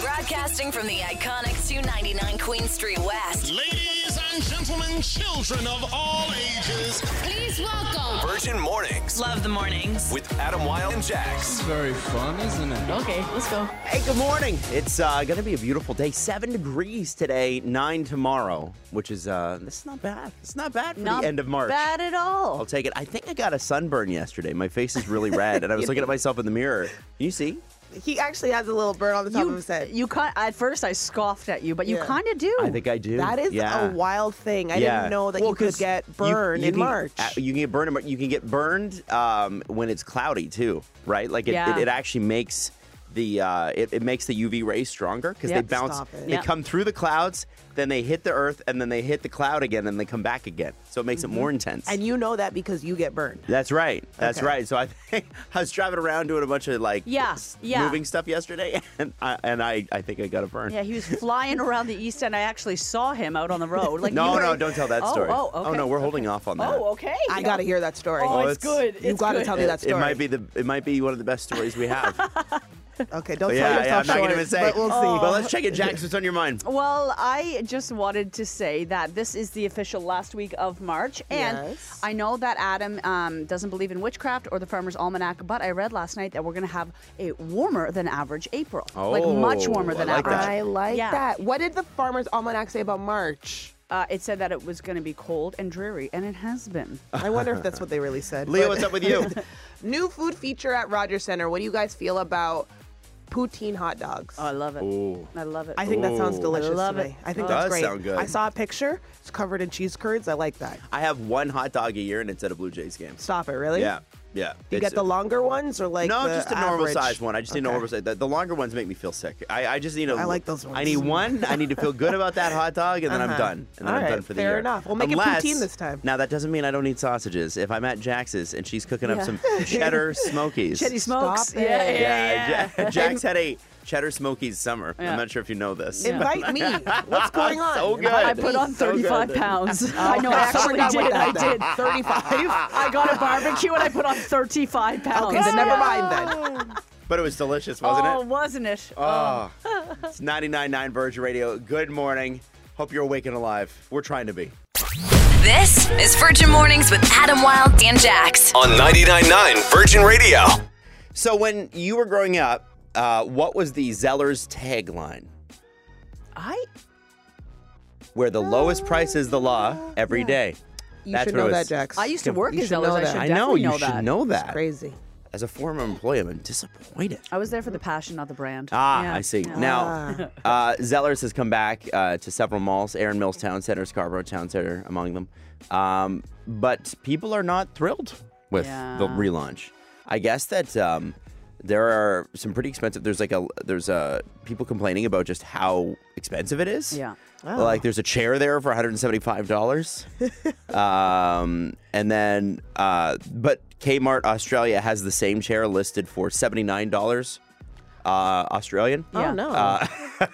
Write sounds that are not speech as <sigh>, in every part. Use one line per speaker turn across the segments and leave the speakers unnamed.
Broadcasting from the iconic 299 Queen Street West.
Ladies and gentlemen, children of all ages,
Please welcome
Virgin Mornings
Love the mornings.
with Adam Wilde and Jax.
Very fun, isn't it?
Hey, good morning. It's uh, going to be a beautiful day. Seven degrees today, nine tomorrow, which is uh, this is not bad. It's not bad for
Not
the end of March.
Bad at
I'll
all.
take it. I think I got a sunburn yesterday. My face is really red, and
<laughs>
I was looking at myself in the mirror. You see?
He actually has a little burn on the top of
You,
his head.
you kind at first I scoffed at you, but you
Yeah.
kind of do.
I think I do.
that is
yeah.
a wild thing. I
yeah.
didn't know that
Well,
you could
'cause
get
you-
burned
you
in
can-
March.
uh, You can get burned. in Mar- You can get burned um, when it's cloudy too, right? Like it,
Yeah.
it, it actually makes the uh, it, it makes the UV rays stronger because
Yeah.
they bounce.
Stop it.
They
Yeah.
come through the clouds, then they hit the earth, and then they hit the cloud again, and they come back again. So it makes it more intense.
Mm-hmm. and you know that because you get burned.
that's right. That's
Okay.
right. So I think <laughs> I was driving around doing a bunch of like
Yeah,
s-
yeah.
moving stuff yesterday, <laughs> and I, and I I think I got a burn.
yeah, he was flying around the east end. I actually saw him out on the road. Like
no,
you were-
no, don't tell that
Oh,
story.
Oh, okay.
no, we're holding off on that.
Oh, okay.
I got to hear that story.
Oh, it's, good.
You
It's
gotta
good.
tell me that
It
story.
might be the it might be one of the best stories
<laughs>
we have.
Okay, don't
yeah,
tell
yeah,
yourself
I'm not
short,
gonna even say.
but we'll see.
Well, let's check it, Oh, Jax. What's on your mind?
Well, I just wanted to say that this is the official last week of March, and
Yes.
I know that Adam um, doesn't believe in witchcraft or the Farmer's Almanac, but I read last night that we're going to have a warmer than average April, like much
Oh,
warmer
I
than
like that.
average.
I like
Yeah.
that. What did the farmer's almanac say about March?
Uh, it said that it was going to be cold and dreary, and it has been.
I wonder if that's what they really said.
Leo,
but-
what's up
<laughs>
with you?
New food feature at Rogers Center. What do you guys feel about poutine hot dogs?
Oh, I love it.
Ooh.
I love it.
Uh, I think that sounds
Ooh.
delicious.
I love
to
it. Oh,
me. I think
It
that's
does
great.
sound good.
I saw a picture. It's covered in cheese curds. I like that.
I have one hot dog a year, and it's at a Blue Jays game.
Stop it, really?
Yeah, yeah.
You
It's-
get the longer ones or like
no,
the
just a normal
average?
size one. I just need a
Okay.
normal size. The, the longer ones make me feel sick. I, I just need a.
I like those
I
ones.
need one. I need to feel good about that hot dog, and then I'm
Uh-huh.
done. And then
All
I'm done
right,
for the
fair
year.
enough. We'll make it
Unless,
poutine this time.
Now that doesn't mean I don't need sausages. If I'm at Jax's and she's cooking
Yeah.
<laughs>
up some cheddar smokies,
Chetty Smokes.
Stop it.
Yeah, yeah, yeah.
Yeah, Uh, <laughs> Ja- Jax had a cheddar smokies summer.
Yeah.
I'm not sure if you know this.
Invite
<laughs>
me. What's going on?
So good.
I put on
So good.
35 pounds.
<laughs>
I know,
Okay,
I
I
actually
forgot
did. I
about that.
did. 35?
<laughs>
I got a barbecue and I put on 35 pounds.
Okay, then never mind <laughs> then.
But it was delicious, wasn't
Oh,
it?
wasn't it?
Oh. it's 99.9 Virgin Radio. Good morning. Hope you're awake and alive. We're trying to be.
This is Virgin Mornings with Adam Wilde and Jax.
On 99.9 Virgin Radio.
So when you were growing up, uh, what was the Zeller's tagline?
I
Where the lowest price is the law every day.
You
That's
should
what
know
it
that,
was.
Jax.
I used to
You
work at
should
Zeller's.
know
I
that.
should
I
definitely
know you
that.
should know that.
Crazy.
As a former employee, I'm disappointed.
I was there for the passion, not the brand.
Ah,
Yeah.
I see.
Yeah. <laughs>
Now, uh, Zellers has come back uh, to several malls, Aaron Mills Town Center, Scarborough Town Center among them. Um, but people are not thrilled with the
Yeah.
relaunch. I guess that um, there are some pretty expensive. There's like a there's a people complaining about just how expensive it is.
Yeah.
Like there's a chair there for 175 dollars. Um, and then, uh, but Kmart Australia has the same chair listed for seventy nine dollars uh, Australian.
Yeah.
Oh no.
Uh, <laughs>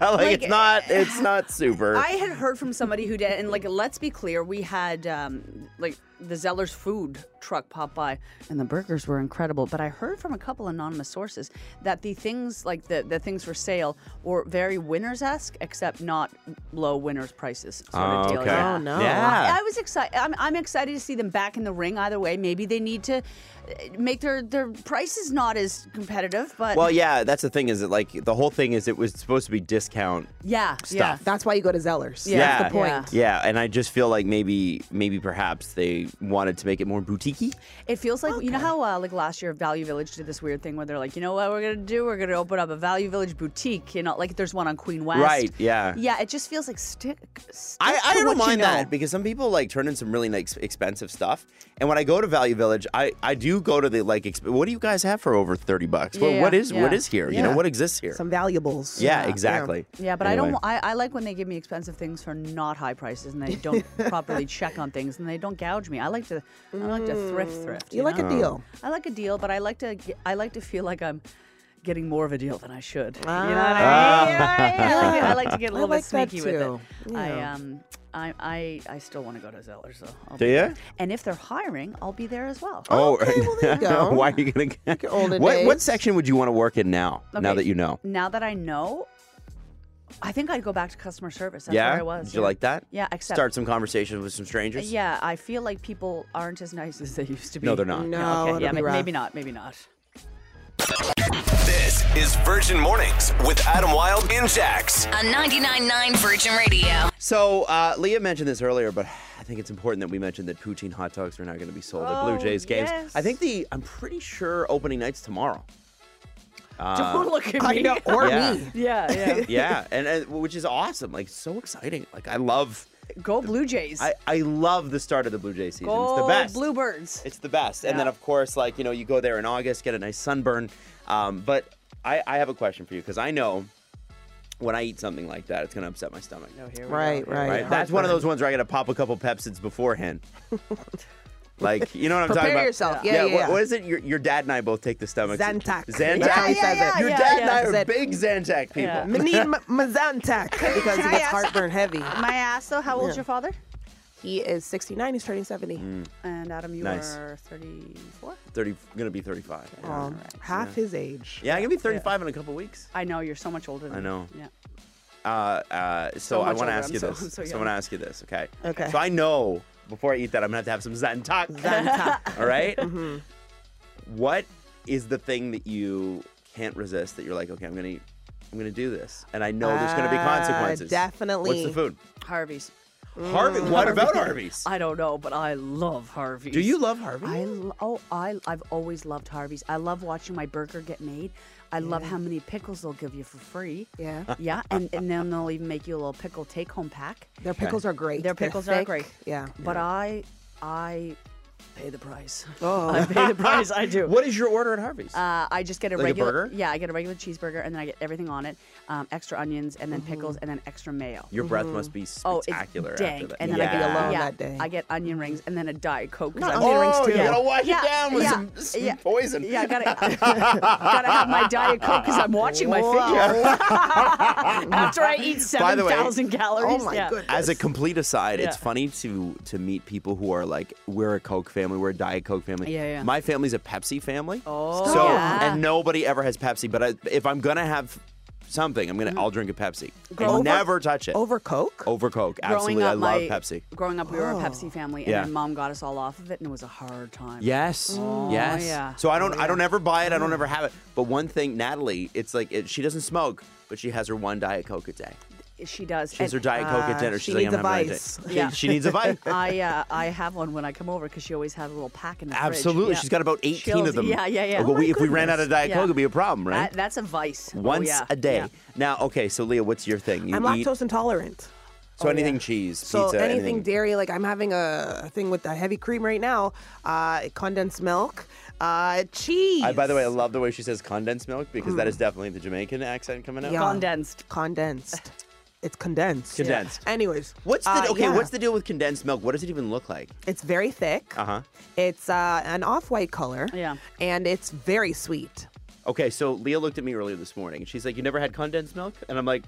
like, it's not, it's not super.
eh, <laughs> I had heard from somebody who did, and like, let's be clear, we had um, like the Zeller's food truck pop by, and the burgers were incredible. But I heard from a couple anonymous sources that the things like the, the things for sale were very winners esque, except not low winners prices sort of deal.
Ah, okay.
Yeah.
Oh, no.
Yeah.
I, I was excited. I'm, I'm excited to see them back in the ring. Either way, maybe they need to uh, make their their prices not as competitive. But
well, yeah, that's the thing. Is it like the whole thing is it was supposed to be discount
yeah, yeah.
stuff.
That's why you go to Zellers.
Yeah.
That's the point.
Yeah.
Yeah, and I just feel like maybe, maybe perhaps they wanted to make it more boutiquey.
It feels like you know how uh, like last year Value Village did this weird thing where they're like, you know what we're gonna do? We're gonna open up a Value Village boutique. You know, like there's one on Queen West.
Right, yeah.
Yeah. It just feels like stick. stick
I, I
to
don't
what you
mind
know.
that because some people like turn in some really nice expensive stuff. And when I go to Value Village, I, I do go to the like. Exp- what do you guys have for over thirty bucks? What,
Yeah,
what is what
yeah.
is here? You know
Yeah.
what exists here?
Some valuables.
yeah, exactly.
Yeah, but I
Anyway.
don't. I, I like when they give me expensive things for not high prices, and they
<laughs>
don't properly check on things, and they don't gouge me. I like to. I like to thrift, thrift.
You, like
know?
a deal.
I like a deal, but I like to. ge- I like to feel like I'm getting more of a deal than I should. You know what I mean?
Ah.
You know what I mean? I like to- I like to get a
<laughs> I
little
like
bit
that
sneaky with it.
too.
I
Yeah.
um. I I, I still want to go to Zellers though. I'll
Do
be
ya?
there. And if they're hiring, I'll be there as well.
Oh, <laughs>
Okay, well, <laughs> there you go.
why are you gonna?
Your older
what what
days.
section would you want to work in now? Now
Okay,
that you know,
Now that I know, I think I'd go back to customer service. That's
yeah,
where I was.
did you
yeah.
like that?
Yeah, except
Start some conversations with some strangers.
Yeah, I feel like people aren't as nice as they used to be.
No, they're not.
No,
okay,
it'll
yeah,
be
ma-
rough.
maybe not. Maybe not.
This is Virgin Mornings with Adam Wilde and Jax.
On 99.9 Virgin Radio.
So uh, Leah mentioned this earlier, but I think it's important that we mention that poutine hot dogs are not going to be sold at
Oh,
Blue Jays games.
yes.
I think the I'm pretty sure opening night's tomorrow. Uh,
Don't <laughs> look at me.
I know, or
yeah.
me.
Yeah, yeah.
<laughs> yeah, and, and which is awesome. Like so exciting. Like I love
Go Blue Jays.
I, I love the start of the Blue Jay season.
Go
it's the best.
Oh, Bluebirds.
It's the best. And
Yeah.
then, of course, like, you know, you go there in August, get a nice sunburn. Um, but I, I have a question for you because I know when I eat something like that, it's going to upset my stomach.
Right, right.
Right? That's one of those ones where I got to pop a couple
<laughs>
Pepsids beforehand. like, you know what I'm talking
Prepare
about?
yourself. Yeah, yeah,
what-
yeah.
what is it? Your, your dad and I both take the stomach.
Zantac.
Zantac.
That's how he says it.
Your
yeah,
dad
yeah.
and I are
Zan-
big Zantac people.
Yeah.
Me need m- my Zantac <laughs> because he gets heartburn heavy.
My ass, though, how old's your father?
He is 69. He's turning 70.
Mm,
And Adam, you
Nice.
are 34.
30, gonna be 35. Yeah,
Um, half his
<laughs>
age.
yeah I'm gonna be 35 in a couple weeks.
I know you're so much older than
I know.
Me. Yeah.
uh, uh, so, I
much
want to
older.
ask
I'm
you
so- I'm <laughs> so
this. So, I
young.
want to ask you this. Okay.
Okay.
So I know before I eat that, I'm gonna have to have some Zantac.
<laughs> Zantac.
All right? What is the thing that you can't resist that you're like, okay, I'm gonna, eat, I'm gonna do this, and I know there's gonna be
Ah,
consequences. What's the
definitely.
food?
Harvey's.
Harvey. What about Harvey's?
I don't know, but I love Harvey's.
Do you love Harvey?
I lo- oh I I've always loved Harvey's. I love watching my burger get made. I love how many pickles they'll give you for free.
Yeah.
<laughs> Yeah, and, and then they'll even make you a little pickle take home pack.
Their pickles are great.
Their
They're
pickles are
thick.
great.
Yeah.
But I I pay the price. <laughs> I
Oh.
pay the price.
<laughs>
I do.
what is your order at Harvey's?
Uh, I just get a
Like a
regular
burger?
Yeah, I get a regular cheeseburger, and then I get everything on it, um, extra onions, and then pickles, and then extra mayo.
your breath must be
oh, it's
spectacular after
dank,
that.
and then I
Yeah.
get
Be alone
yeah,
that day.
I get onion rings, and then a diet coke. 'cause I'm
onion
doing-
rings
Oh,
too.
you gotta wash
Yeah,
it down with
yeah,
some, some
yeah.
poison.
Yeah, I gotta gotta have my diet coke because I'm watching my figure
<laughs>
after I eat
By the
seven
way-
thousand calories.
Oh my
yeah.
goodness.
As a complete aside, it's
Yeah.
funny to to meet people who are like, we're a Coke family, we're a Diet Coke family.
Yeah, yeah.
My family's a Pepsi family.
Oh.
so
Stop.
and nobody ever has Pepsi. But I, if I'm gonna have something, I'm gonna I'll drink a Pepsi. I
Mm-hmm. Over-
never touch it
Over Coke?
Over Coke. Absolutely, I love Pepsi.
Growing up, we were a
Oh.
Pepsi family, and
Yeah.
then mom got us all off of it, and it was a hard time.
Yes. yes.
Oh, yeah. Mm.
So I don't I don't ever buy it. I don't ever have it. But one thing, Natalie, it's like it, she doesn't smoke, but she has her one Diet Coke a day.
she does.
She has her
and- uh,
Diet Coke at dinner.
she
She's like,
needs
I'm
a
having a
vice.
Diet-
Yeah.
She, she
<laughs>
needs a vice.
I uh, I have one when I come over because she always had a little pack in the fridge.
Absolutely.
Yeah.
She's got about 18
She'll-
of them.
Yeah, yeah, yeah.
Oh,
Well, we- if we ran out of Diet
Yeah.
Coke, it'd be a problem, right?
That, that's a vice. Oh,
Once
yeah.
a day.
Yeah.
Now, okay, so Leah, what's your thing? You
I'm
eat,
lactose intolerant.
so anything cheese,
So
pizza,
anything, dairy, like I'm having a thing with a heavy cream right now, uh, condensed milk, uh, cheese. Mm.
I, by the way, I love the way she says condensed milk because that is definitely the Jamaican accent coming out.
Yeah.
<laughs>
Condensed.
condensed. It's condensed.
Condensed.
Anyways,
What's the
uh,
okay?
yeah.
What's the deal with condensed milk? What does it even look like?
It's very thick.
Uh huh.
It's uh, an off-white color.
Yeah.
And it's very sweet.
Okay, so Leah looked at me earlier this morning and she's like, "You never had condensed milk?" And I'm like,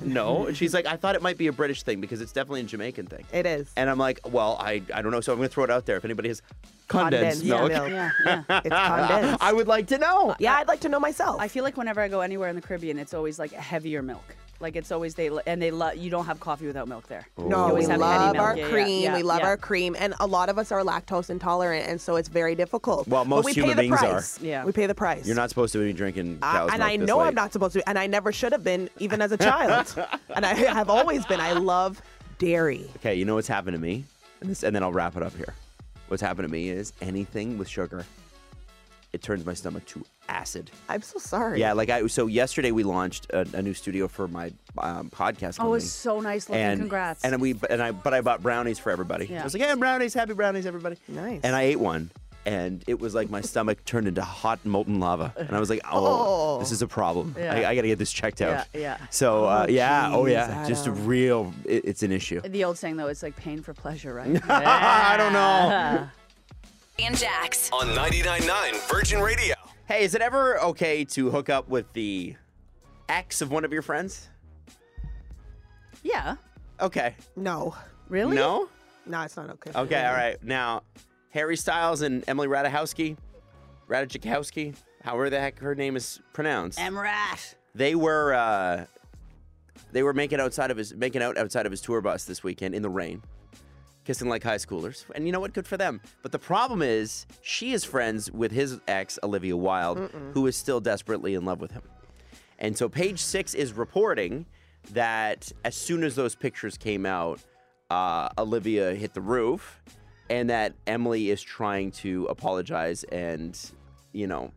"No." and she's like, "I thought it might be a British thing because it's definitely a Jamaican thing."
It is.
And I'm like, "Well, I I don't know." So I'm gonna throw it out there. If anybody has condensed,
Condensed milk.
milk.
Yeah, yeah.
It's
<laughs>
condensed.
I would like to
<laughs>
know.
yeah, I'd like to know myself.
I feel like whenever I go anywhere in the Caribbean, it's always like heavier milk. Like it's always they and they love you don't have coffee without milk there.
Oh.
You
No,
always
we
have heady
love
milk.
our
Yeah, yeah,
cream.
yeah,
we love
yeah.
our cream, and a lot of us are lactose intolerant, and so it's very difficult.
Well,
But
most
we
human
pay the
beings are.
price.
Yeah.
we pay the price.
You're not supposed to be drinking
I-
cow's
and
milk
I
this
know
late.
I'm not supposed to, and I never should have been, even
<laughs>
as a child. and I have always been. I love dairy.
Okay, you know what's happened to me, and this, and then I'll wrap it up here. What's happened to me is anything with sugar, it turns my stomach to acid.
I'm so sorry.
Yeah, like I. So yesterday we launched a, a new studio for my um, podcast.
Oh,
company.
it's so nice looking.
and
Congrats.
and we and I but I bought brownies for everybody.
Yeah.
I was like, yeah, brownies, happy brownies, everybody.
Nice.
And I ate one, and it was like my stomach turned into hot molten lava, and I was like, oh,
Oh.
this is a problem.
Yeah.
I, I got to get this checked out.
Yeah, yeah.
So uh, yeah, oh
geez,
yeah, just a
Adam.
real. It, it's an issue.
the old saying though, it's like pain for pleasure, <laughs> right?
I
<laughs>
don't know.
And Jax.
On 99.9 Virgin Radio.
Hey, is it ever okay to hook up with the ex of one of your friends?
yeah.
Okay.
No.
Really?
No?
No, it's not okay.
Okay, all right. Now, Harry Styles and Emily Ratajkowski, Ratajkowski, however the heck her name is pronounced.
Emrat.
they were uh, they were making outside of his making out outside of his tour bus this weekend in the rain, kissing like high schoolers. And you know what? Good for them. But the problem is, she is friends with his ex Olivia Wilde, who is still desperately in love with him. And so Page Six is reporting that as soon as those pictures came out, uh, Olivia hit the roof, and that Emily is trying to apologize and, you know,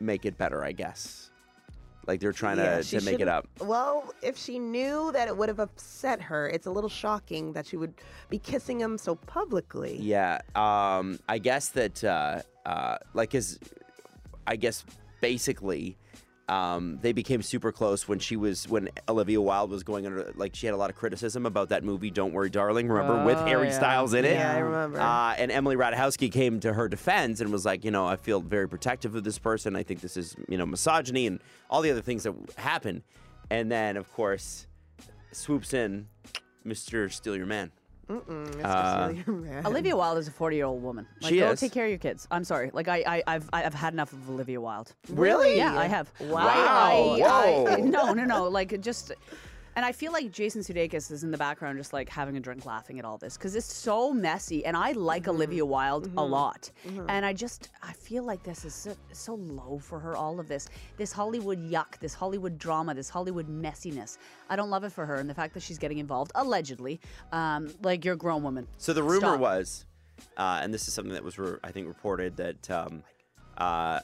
make it better. I guess, like they're trying
Yeah,
to,
she
to make it
shouldn't-
up.
Well, if she knew that it would have upset her, it's a little shocking that she would be kissing him so publicly.
Yeah. Um, I guess that, uh, uh, like, is, I guess basically, um, they became super close when she was, when Olivia Wilde was going under, like, she had a lot of criticism about that movie, Don't Worry, Darling, remember, with
Oh,
Harry
yeah.
Styles in it?
Yeah, I remember.
Uh, and Emily Ratajkowski came to her defense and was like, you know, I feel very protective of this person. I think this is, you know, misogyny and all the other things that happen. And then, of course, swoops in Mr. Steal Your Man.
Especially
Uh,
<laughs> your man.
<laughs>
Olivia Wilde is a 40 year old woman. Like,
She
go
is.
take care of your kids. I'm sorry. Like, I, I, I've, I've had enough of Olivia Wilde.
Really?
Yeah, I have. Wow.
Wow.
<laughs>
Whoa.
no, no, no. Like, just. And I feel like Jason Sudeikis is in the background, just like having a drink, laughing at all this because it's so messy. And I like
Mm-hmm.
Olivia Wilde a lot, and I just I feel like this is so, so low for her. All of this, this Hollywood yuck, this Hollywood drama, this Hollywood messiness. I don't love it for her, and the fact that she's getting involved allegedly, um, like you're a grown woman.
So the rumor
Stop.
was, uh, and this is something that was, re- I think, reported that um, uh,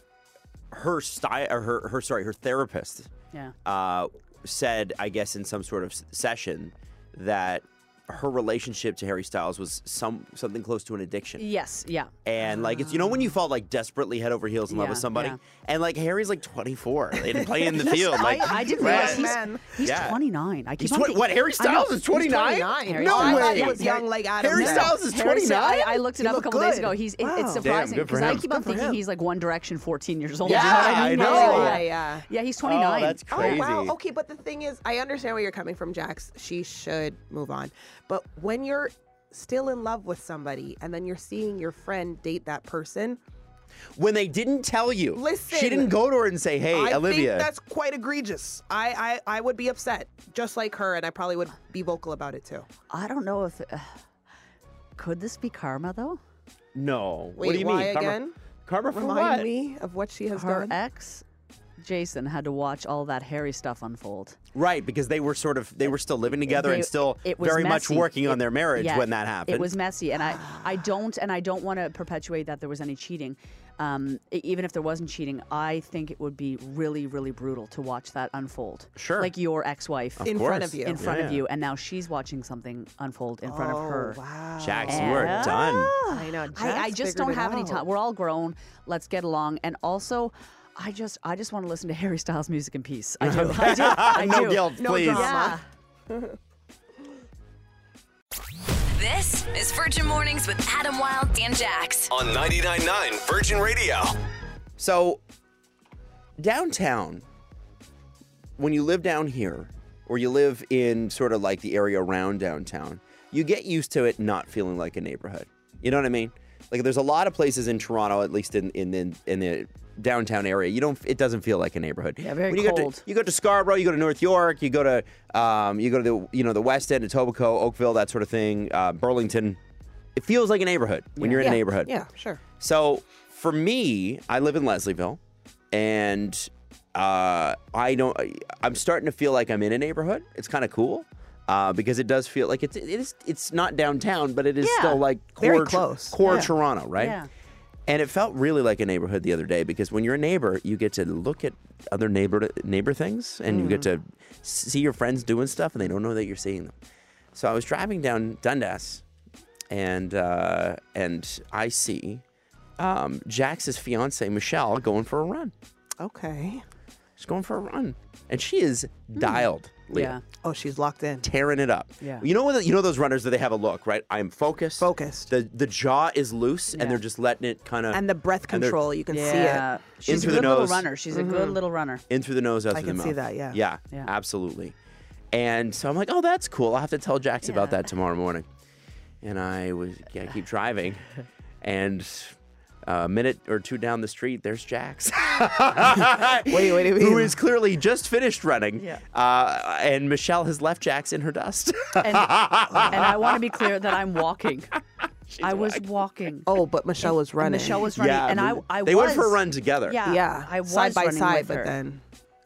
her style, or her, her sorry, her therapist
Yeah.
uh, said, I guess, in some sort of s- session, that her relationship to Harry Styles was some something close to an addiction.
Yes. Yeah.
And like it's you know when you fall like desperately head over heels in love
Yeah,
with somebody,
yeah.
and like Harry's like 24
<laughs>
and playing in the field. Like
I, I didn't
right?
realize he's,
Man.
he's
Yeah.
29. I keep
He's
on
twen-
thinking-
what, Harry
I know,
Styles is
he's
29?
Harry
No
Styles.
way.
I thought he was young like Adam.
Harry
now.
Styles is
Harry
29.
Styles- I, I looked it
He
up a
looked
couple days
good.
ago. He's it-
Wow.
it's
Damn,
surprising
good for
because I
him.
keep on
Good for
thinking
him.
he's like One Direction 14 years old.
Yeah,
You know what I, mean?
I
Like,
know.
yeah.
Yeah.
Yeah, he's 29.
Oh, that's crazy.
Oh wow. Okay, but the thing is, I understand where you're coming from, Jax. She should move on. But when you're still in love with somebody and then you're seeing your friend date that person,
when they didn't tell you.
Listen.
she didn't go to her and say, "Hey,
I
Olivia."
think that's quite egregious. I, I I would be upset, just like her, and I probably would be vocal about it too.
I don't know if. Uh, could this be karma, though?
no. what
Wait,
do you
why
mean?
again?
Karma, karma for
Remind
what?
me of what she has
Her
done. <sighs>
ex, Jason, had to watch all that hairy stuff unfold.
Right, because they were sort of they were still living together
They-
and still
it was
very much
messy.
working on
It-
their marriage
yeah,
when that happened.
It was messy,
<sighs>
and I, I don't, and I don't want to perpetuate that there was any cheating. Um, e- even if there wasn't cheating, I think it would be really, really brutal to watch that unfold.
Sure.
like your ex-wife
in
course.
front of you.
in front of
Yeah. Oh,
you, and now she's watching something unfold in front of her.
Wow.
Jax, you are done.
I know.
I, I just don't have any time.
We're
We're all grown. Let's get along. And also, I just I just want to listen to Harry Styles music in peace. I
<laughs>
do. I do. I
no
do.
guilt,
No
please.
drama.
Yeah.
This is Virgin Mornings with Adam Wilde and Jax.
On 99.9 Virgin Radio.
So downtown, when you live down here, or you live in sort of like the area around downtown, you get used to it not feeling like a neighborhood. You know what I mean? Like there's a lot of places in Toronto, at least in in in, in the downtown area, you don't. It doesn't feel like a neighborhood. Yeah,
very
you Go
cold.
to, you go to Scarborough, you go to North York, you go to um, you go to the you know the West End, Etobicoke, Oakville, that sort of thing, uh, Burlington. It feels like a neighborhood when you're in a neighborhood.
Yeah, sure.
So for me, I live in Leslieville, and uh, I don't. I- I'm starting to feel like I'm in a neighborhood. It's kind of cool uh, because it does feel like it's it is it's not downtown, but it is
Yeah.
still like core
Very
Tor-
close.
core
Yeah.
Toronto, right?
Yeah.
And it felt really like a neighborhood the other day because when you're a neighbor, you get to look at other neighbor neighbor things, and you get
Mm.
to see your friends doing stuff, and they don't know that you're seeing them. So I was driving down Dundas, and uh, and I see um, Jax's fiance Michelle going for a run.
Okay.
She's going for a run, and she is dialed. Leah.
Hmm. Yeah.
Oh, she's locked in.
Tearing it up.
Yeah.
You know when the, you know those runners that they have a look, right? I'm focused.
Focused.
The the jaw is loose
Yeah.
and they're just letting it kind of
And the breath
And they're-
control, you can
Yeah.
see it. Mm-hmm.
She's
Into
a
the
good little
nose.
runner. She's a good little
<laughs>
runner.
in through the nose, out
I
through the
can
mouth.
see that, yeah.
Yeah,
Yeah.
absolutely. And so I'm like, oh, that's cool. I'll have to tell Jax about that tomorrow morning. and I was yeah, I
<laughs>
keep driving, and uh, a minute or two down the street, there's Jax. <laughs>
Wait, wait, wait.
Who is clearly just finished running.
Yeah.
Uh, and Michelle has left Jax in
<laughs>
her dust.
And, and I want to be clear that I'm
<laughs>
walking. I was walking.
Oh, but Michelle was running.
Michelle was running, and I, I
they
was.
went for a run together.
Yeah,
<laughs> Yeah,
I was
side by
running
side,
with
but
her.
then,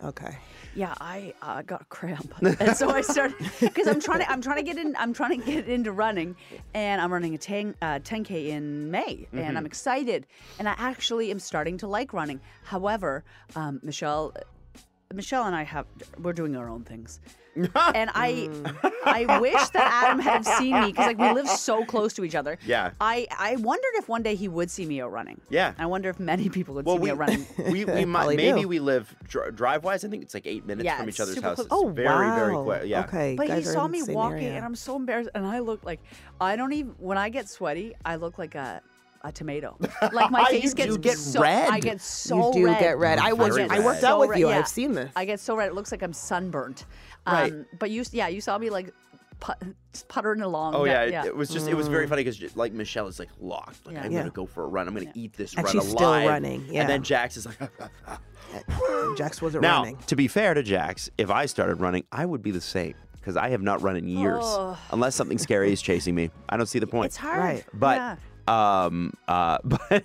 okay.
Yeah, I uh, got a cramp, and so I
<laughs>
started because I'm trying to I'm trying to get in I'm trying to get into running, and I'm running a 10 uh, 10k in May, and
Mm-hmm.
I'm excited, and I actually am starting to like running. However, um, Michelle, Michelle and I have we're doing our own
<laughs>
things, and I
Mm.
I wish that Adam had seen me because like we live so close to each other.
Yeah.
I I wondered if one day he would see me out running.
Yeah.
I wonder if many people would
Well,
see
we,
me out running.
we, we
<laughs>
might,
Probably
maybe
do.
we live dr- drive wise. I think it's like eight minutes
Yeah,
from
it's
each other's
super close.
houses. It's
Oh,
very, very
wow.
quick. Yeah.
Okay.
But he
guys are
saw
in the
me
same
walking,
area.
and I'm so embarrassed. And I look like I don't even when I get sweaty, I look like a a
<laughs>
tomato. Like my
You
face gets
do get
so,
red.
I get so
you do
red.
get red. I
Very
worked. I
red.
worked
So
out with
red,
you.
yeah.
I've seen this.
I get so red. It looks like I'm sunburnt.
Right.
Um, but you, yeah, you saw me like put, puttering along.
Oh
that-
yeah, it- It was just it was very funny because like Michelle is like locked. Like
Yeah.
I'm
Mm. Yeah.
gonna go for a run. I'm gonna eat this
And
run
she's
alive.
still running, yeah.
And then Jax is like. <laughs>
<laughs> Jax wasn't
now,
running.
to be fair to Jax, if I started running, I would be the same because I have not run in years
Oh.
unless something scary is chasing me. I don't see the point.
It's hard.
Right.
yeah.
But um uh <laughs> but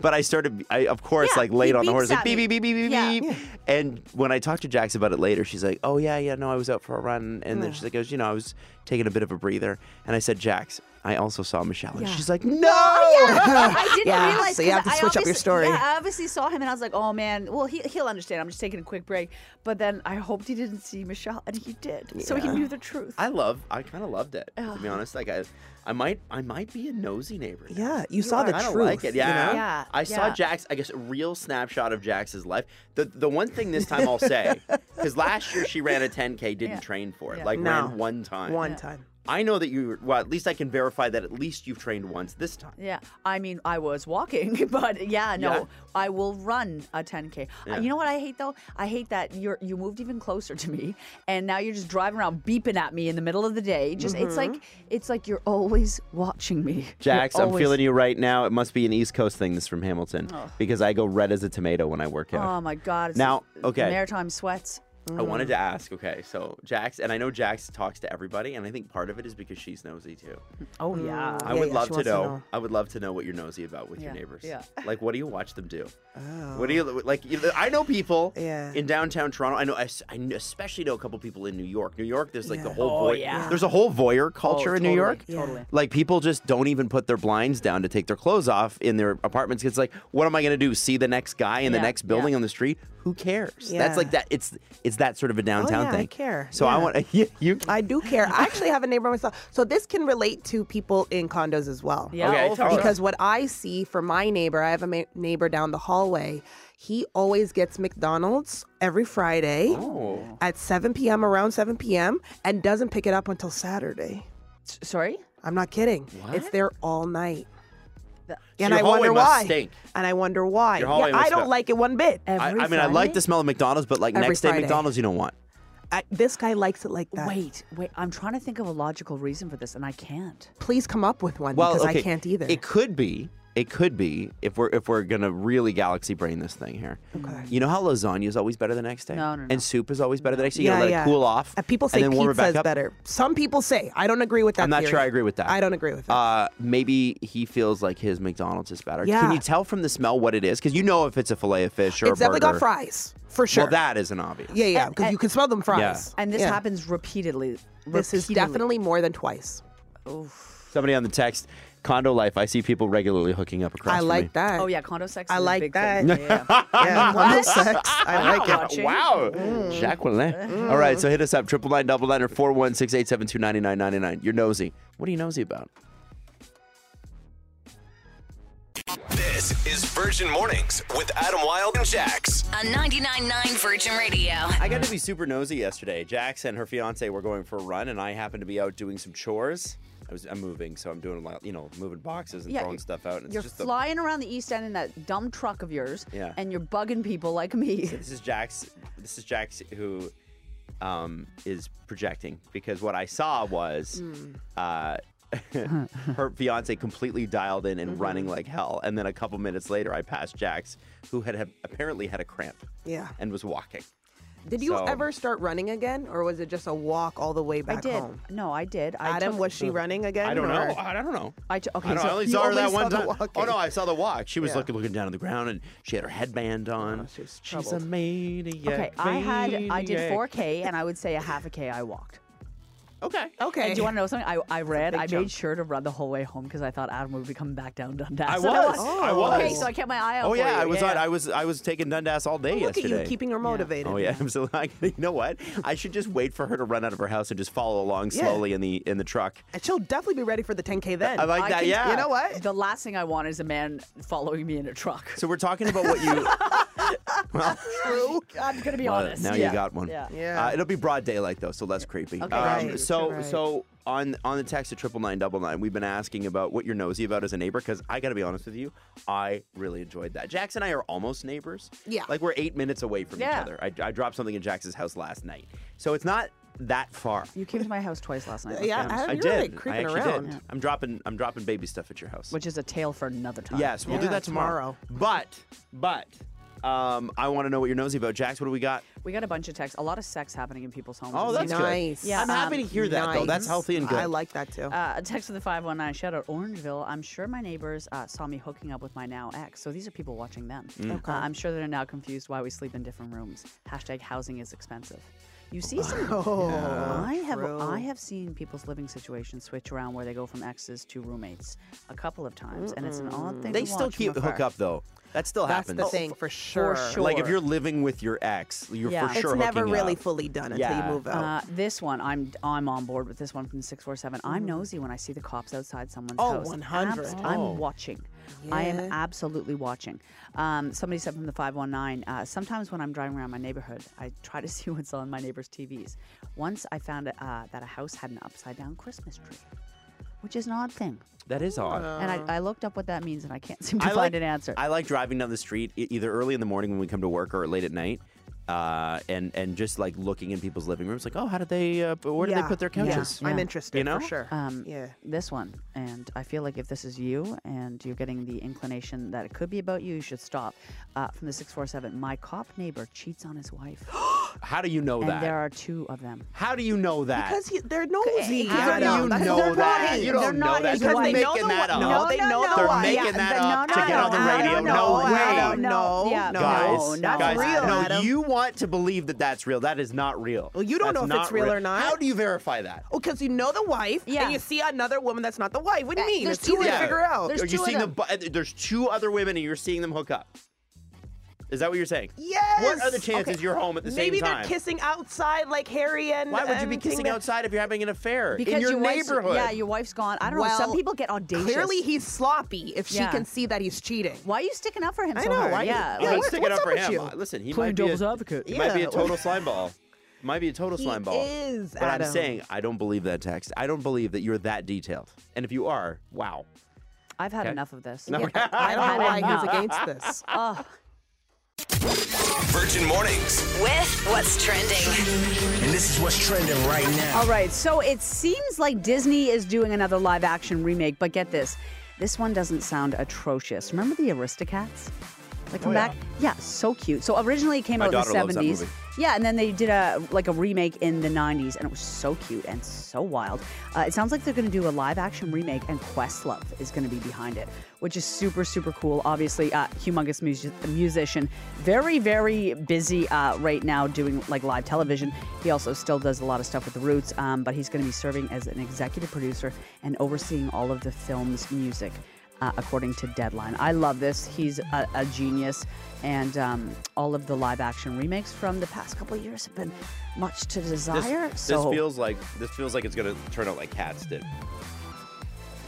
but I started I of course
Yeah,
like
he
laid on the
beeps
horse like
at
beep
me.
beep beep beep beep
Yeah.
beep. And when I talked to Jax about it later, she's like, Oh yeah, yeah, no, I was out for a run and then she goes, you know, I was taking a bit of a breather and I said, Jax, I also saw Michelle and
Yeah. Oh,
she's like, No
I didn't
Yeah,
realize.
so you
'cause
have to
I
switch up your
obviously-
story.
Yeah, I obviously saw him, and I was like, "Oh man, well he he'll understand." I'm just taking a quick break, but then I hoped he didn't see Michelle, and he did, so he knew the truth.
I love I kinda loved it, to be honest. Like I I might I might be a nosy neighbor. now.
Yeah, you saw the
I don't
truth.
like it.
you
Yeah.
know?
Yeah,
I saw
yeah.
Jax, I guess, a real snapshot of Jax's life. The the one thing this time I'll <laughs> say, because last year she ran a 10K, didn't
Yeah.
train for it.
Yeah.
Like
No.
ran one time.
One time.
I know that you well, at least I can verify that at least you've trained once this time.
yeah, I mean, I was walking, <laughs> but yeah, no,
Yeah.
I will run a 10k. Uh, You know what I hate though? I hate that you're you moved even closer to me, and now you're just driving around beeping at me in the middle of the day. Just it's like it's like you're always watching me.
Mm-hmm. <laughs> Jax, I'm feeling you right now. It must be an East Coast thing. This is from Hamilton because I go red as a tomato when I work out.
Oh my god! It's
Now,
the-
okay.
the maritime sweats.
I wanted to ask. Okay, so Jax, and I know Jax talks to everybody, and I think part of it is because she's nosy too.
Oh yeah.
I
Yeah,
would
yeah,
love
she
to know,
wants to know.
I would love to know what you're nosy about with your
Yeah,
neighbors.
yeah.
Like, what do you watch them do? What do you like? you- I know people
Oh. Yeah.
in downtown Toronto. I know. I, s- I kn- especially know a couple people in New York. New York, there's like the
Yeah. Oh,
whole
Oh,
voy-
yeah.
There's a whole voyeur culture in New
Oh, totally,
York.
totally.
Like people just don't even put their blinds down to take their clothes off in their apartments. It's like, what am I going to do? See the next guy in
Yeah,
the next building
yeah.
on the street? Who cares?
Yeah. Oh,
That's like that. It's it's that sort of a downtown
yeah, I
thing.
care.
So I
Yeah.
want <laughs> you. you
I do care. I actually have a neighbor myself. So this can relate to people in condos as well.
Yeah.
Okay,
oh,
tell
for
us.
sure.
Because what I see for my neighbor, I have a ma- neighbor down the hallway. He always gets McDonald's every Friday
oh.
at 7 p.m., around 7 p.m., and doesn't pick it up until Saturday.
S- Sorry.
I'm not kidding. It's there all night.
The-
And
Your
I
hallway
wonder
must
why.
stink.
And I wonder why.
Your hallway
Yeah, I
must
don't
smell.
like it one bit.
I, I mean, I like the smell of McDonald's, but like
Every
next day
Friday.
McDonald's, you don't want.
I, this guy likes it like that.
Wait, wait. I'm trying to think of a logical reason for this, and I can't.
Please come up with one
Well,
because
okay,
I can't either.
It could be. It could be if we're if we're gonna really galaxy brain this thing here. Okay. You know how lasagna is always better the next day,
No, no, no.
and soup is always better the next day. You gotta let it cool off.
Uh, people say
and then warm it
pizza
back
is
up.
better. Some people say. I don't agree with that.
I'm not
theory.
sure I agree with that.
I don't agree with that.
Uh, maybe he feels like his McDonald's is better. Can
Yeah.
you tell from the smell what it is? Because you know if it's a fillet of fish or
it's
a
definitely
burger.
got fries for sure.
Well, that is an obvious.
Yeah, yeah, because
and-
you can smell them fries.
And this
Yeah.
happens repeatedly.
This is
repeatedly.
definitely more than twice.
Somebody on the text, condo life. I see people regularly hooking up across.
I
from me.
like that.
Oh yeah, condo sex.
I
is a
like
big
that.
Thing. Yeah,
<laughs>
yeah.
yeah.
What?
sex.
<laughs>
I like it.
Watching.
Wow.
Mm.
Jacqueline. All right, so hit us up, triple nine double nine or four one six eight seven two ninety nine ninety nine. You're nosy. What are you nosy about?
This is Virgin Mornings with Adam Wilde and Jax.
On 99.9 Virgin Radio.
I got to be super nosy yesterday. Jax and her fiance were going for a run, and I happened to be out doing some chores. I was I'm moving, so I'm doing a lot, you know, moving boxes and
Yeah,
throwing stuff out. And it's
You're
just the,
flying around the East End in that dumb truck of yours,
Yeah.
and you're bugging people like me.
this is Jax. This is Jax who
Hmm.
um, is projecting because what I saw was uh, <laughs> her fiance completely dialed in
Mm-hmm.
and running like hell. And then a couple minutes later, I passed Jax, who had, had apparently had a cramp
Yeah.
and was walking.
Did you
So-
ever start running again, or was it just a walk all the way back
I did.
home?
No, I did. I
Adam,
took-
was she running again?
I don't know.
or-
I don't know.
I t- okay,
I, don't,
so
I only
you
saw her
only
that
saw
one
the
time.
walking.
Oh no, I saw the walk. She was
Yeah. Oh,
looking looking down at the ground, and she had her headband on.
she was
She's a
troubled.
maniac.
Okay, I had I did
maniac.
4K and I would say a half a K I walked.
Okay.
Okay.
<laughs> And do you want to know something? I, I read.
big
I
jump.
made sure to run the whole way home because I thought Adam would be coming back down Dundas.
I
And <laughs>
was. I was.
Okay, so I kept my eye out.
Oh
for
yeah,
you.
I was on. I was I was taking Dundas all day
Look at
yesterday.
you keeping her motivated.
Oh yeah, <laughs> absolutely. I- You know what? I should just wait for her to run out of her house and just follow along
Yeah.
slowly in the in the truck.
And she'll definitely be ready for the 10K then.
I like
I
that.
can-
yeah.
You know what?
The last thing I want is a man following me in a truck.
So we're talking about what you. well,
<laughs> I'm gonna be
well,
honest.
now
yeah.
you got one.
Yeah.
Yeah.
Uh, it'll be broad daylight though, so less creepy. Um,
Okay.
Right,
So
right.
so on on the text at triple nine double nine, we've been asking about what you're nosy about as a neighbor. Because I got to be honest with you, I really enjoyed that. Jax and I are almost neighbors.
Yeah.
like we're eight minutes away from
Yeah.
each other. I, I dropped something in Jax's house last night, so it's not that far.
You came to my house twice last night. let's be
Yeah,
honest,
Adam,
I
you're
did.
like creeping
I actually
around.
did. I'm dropping. I'm dropping baby stuff at your house.
which is a tale for another time.
yes, we'll do
Yeah,
that tomorrow. But but um, I want to know what you're nosy about, Jax. What do we got?
we got a bunch of texts. A lot of sex happening in people's homes.
Oh, that's
Nice.
good.
Yeah,
I'm happy to
um,
hear that though. That's
Nice.
healthy and good.
I like that too.
Uh, a text to the 519 shout out Orangeville. I'm sure my neighbors uh, saw me hooking up with my now ex. So these are people watching them.
Mm.
Uh, I'm sure they're now confused why we sleep in different rooms. Hashtag housing is expensive. You see
<laughs>
some.
Oh,
<laughs> I have I have seen people's living situations switch around where they go from exes to roommates a couple of times, and it's an odd thing.
They
to
still
watch from
keep
afar.
hook up though. That still
That's
happens. Oh,
the thing for sure.
sure.
Like if you're living with your ex, you're
Yeah.
for
It's
It's
sure.
never
hooking
really
up.
fully done until
Yeah.
you move out.
Uh, this one, I'm I'm on board with this one from six four seven. I'm nosy when I see the cops outside someone's
Oh,
house.
100.
Abs- I'm watching. I am
Yeah.
absolutely watching. Um, somebody said from the five one nine. Uh, sometimes when I'm driving around my neighborhood, I try to <laughs> see what's on my neighbor's TVs. Once I found uh, that a house had an upside down Christmas tree, which is an odd thing.
That is odd.
Uh,
and I, I looked up what that means, and I can't <laughs> seem to
I
find
like,
an answer.
I like driving down the street e- either early in the morning when we come to work or late at night. Uh, and and just like looking in people's living rooms, like, oh, how did they? Uh, where did
Yeah.
they put their
Yeah.
couches?
I'm
Yeah.
interested
You know?
for sure.
um,
yeah.
this one. And I feel like if this is you and you're getting the inclination that it could be about you, you should stop. Uh, from the 647, my cop neighbor cheats on his
<gasps>
wife.
How do you know
and
that?
there are two of them.
how do you know that?
Because he, they're nosy.
How
how
I
do
know.
you
That's
know
their
that?
body.
You don't
They're
know
not
that.
his
They're
wife. They
know
making
the
that
one-
up.
No, they know the
They're
one.
making
Yeah,
that
but
up
no,
to
no,
get on the
no, I
radio.
don't know.
No
I
way,
don't know. Yeah,
No,
Uh, guys.
no, no.
guys,
real,
no,
Adam.
you want to believe that that's real. That is not real.
Well, you don't
That's
know if it's
not
real or not.
How do you verify that?
Because you know the wife,
Yeah.
and you see another woman that's not the wife. What do you
Uh,
mean?
there's
It's easy
two
to
other-
figure out.
there's
Are you
two of
seeing
them.
the bu- uh, there's two other women and you're seeing them hook up? Is that what you're saying?
Yes.
What are the chances
Okay.
you're home at the
Maybe
same time?
they're kissing outside like Harry and.
Why would you be
and
kissing
Tina.
outside if you're having an affair in your,
wife's-
neighborhood?
Yeah, your wife's gone. I don't know. Some
Well,
people get audacious.
Clearly, he's sloppy if she
Yeah.
can see that he's
<laughs>
cheating.
Why are you sticking up for him
I
so
know,
hard?
why-
Yeah.
yeah,
I'm
Uh, what-
sticking
what's
up
up
for
with
him.
you?
Uh, Listen, he
Playing
might be a,
devil's advocate.
He might be a
Yeah. <laughs>
total slime ball. Might be a total slime ball.
is,
But I'm
Adam.
saying I don't believe that text. I don't believe that you're that detailed. And if you are, wow.
I've had
Okay.
enough of this.
<laughs> No.
Yeah.
I don't
I've
know why
had
he's
enough.
against this.
Ugh.
Virgin Mornings.
With what's trending.
And this is what's trending right now.
All right, so it seems like Disney is doing another live action remake, but get this. This one doesn't sound atrocious. Remember the Aristocats? Like from back, yeah. so cute. So originally it came
Oh, My
out in the
daughter loves that
70s.
movie.
Yeah, and then they did a like a remake in the 90s and it was so cute and so wild. Uh, it sounds like they're going to do a live action remake and Questlove is going to be behind it, which is super super cool. Obviously, uh, humongous mus- musician, very very busy uh, right now doing like live television. He also still does a lot of stuff with the Roots, um, but he's going to be serving as an executive producer and overseeing all of the film's music uh, according to Deadline. I love this. He's a, a genius, and um, all of the live action remakes from the past couple of years have been much to
This,
desire.
this
so
feels like this feels like it's gonna turn out like cats did.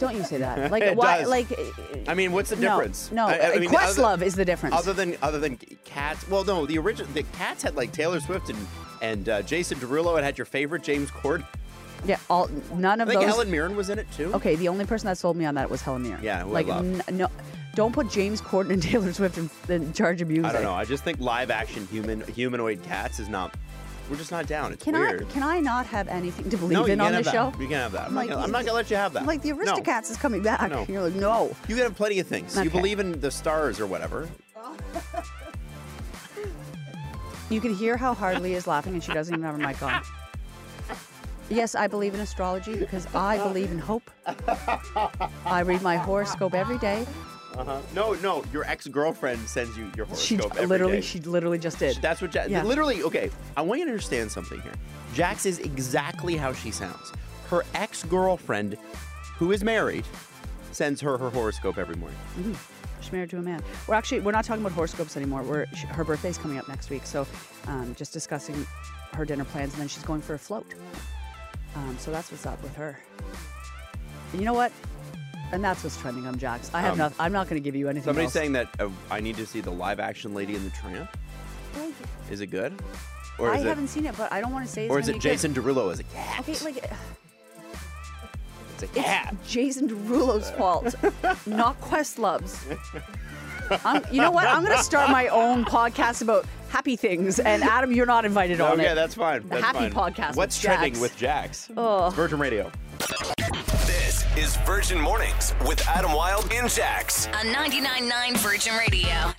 don't you say
<laughs>
that? Like
It
why?
does.
Like uh,
I mean, what's the
no,
difference?
No, uh,
I- I mean,
Questlove
other-
is the difference.
Other than other than Cats, well, no, the original the Cats had like Taylor Swift and and uh, Jason Derulo. It had your favorite James Corden.
yeah, all none of
I think
those.
Helen Mirren was in it too.
okay, the only person that sold me on that was Helen Mirren.
Yeah, who I
like
love.
no, don't put James Corden and <laughs> Taylor Swift in, in charge of music.
I don't know. I just think live action human humanoid cats is not We're just not down. It's
Can
weird.
I can I not have anything to believe
no, you
in
can't
on
have
the
that.
show?
You can have that. I'm,
Like,
not, gonna, I'm not gonna let you have that.
Like the
No.
Aristocats is coming back.
No.
You're like, no.
You can have plenty of things.
Okay.
You believe in the stars or whatever.
You can hear how hard Leah is laughing, and she doesn't even have her mic on. Yes, I believe in astrology because I believe in hope. I read my horoscope every day.
Uh, No, no. Your ex-girlfriend sends you your
She
horoscope every
literally,
day.
she literally just did.
That's what Jax.
Yeah.
Literally, okay. I want you to understand something here. Jax is exactly how she sounds. Her ex girlfriend, who is married, sends her her horoscope every morning.
She's married to a man. We're actually we're not talking about horoscopes anymore. We're sh her birthday's coming up next week, so um, just discussing her dinner plans, and then she's going for a float. Um, so that's what's up with her. And you know what? And that's what's trending on Jax. I have
Um,
not. I'm not going to give you anything.
Somebody's
else.
saying that uh, I need to see the live action Lady and the Tramp. Is it good? Or
I
is
haven't
it?
seen it, but I don't want to say. It's
Or is
gonna
it
be good.
Jason Derulo as a cat?
Okay, like
it's a cat.
Jason Derulo's fault, not Questlove's. I'm, you know what? I'm going to start my own podcast about happy things, and Adam, you're not invited on
okay,
it.
that's fine.
The
that's
Happy
fine.
Podcast with
What's trending
Jax. Oh.
with Jax? It's Virgin Radio.
This is Virgin Mornings with Adam Wilde and Jax.
On 99.9 Virgin Radio.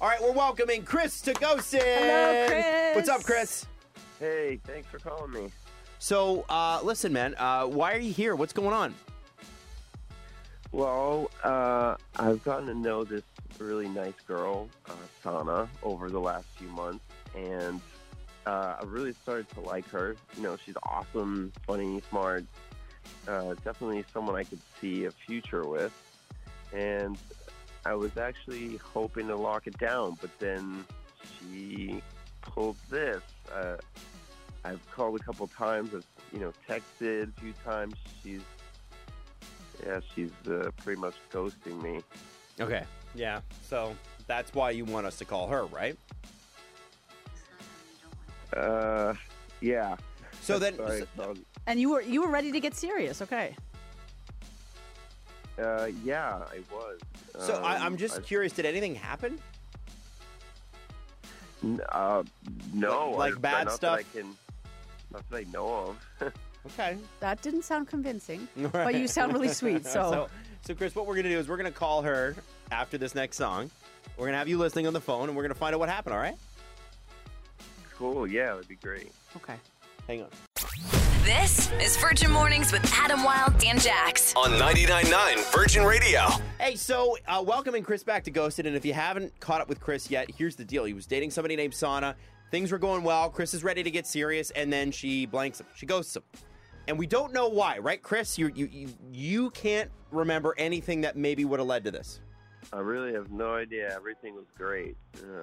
All right, we're welcoming Chris to Gosin.
Hello, Chris.
What's up, Chris?
Hey, thanks for calling me.
So, uh, listen, man, uh, why are you here? What's going on?
Well, uh, I've gotten to know this really nice girl, uh, Sana, over the last few months, and uh, I really started to like her. You know, she's awesome, funny, smart, uh, definitely someone I could see a future with. And I was actually hoping to lock it down, but then she pulled this. Uh, I've called a couple times, I've, you know, texted a few times. She's yeah, she's uh, pretty much ghosting me.
Okay. Yeah. So that's why you want us to call her, right?
Uh, yeah.
So then,
Sorry,
And you were you were ready to get serious, okay?
uh, yeah, I was.
so I, I'm
Um,
just
I-
curious. Did anything happen?
n- uh, no,
Like- like
I-
bad
not
stuff?
That I can, not that I know of. <laughs>
Okay. uh,
That didn't sound
<laughs>
convincing, but you sound really sweet. So,
so, so Chris, what we're gonna do is we're gonna call her after this next song. We're gonna have you listening on the phone, and we're gonna find out what happened. All right?
cool. Yeah, that'd be great.
okay.
Hang on.
This is Virgin Mornings with Adam Wilde and Jax.
On 99.9 Virgin Radio.
Hey, so uh, welcoming Chris back to Ghosted, and if you haven't caught up with Chris yet, here's the deal: he was dating somebody named Sana. Things were going well. Chris is ready to get serious, and then she blanks him. She ghosts him, and we don't know why, right, Chris? You you you, you can't remember anything that maybe would have led to this.
I really have no idea. Everything was great. Yeah.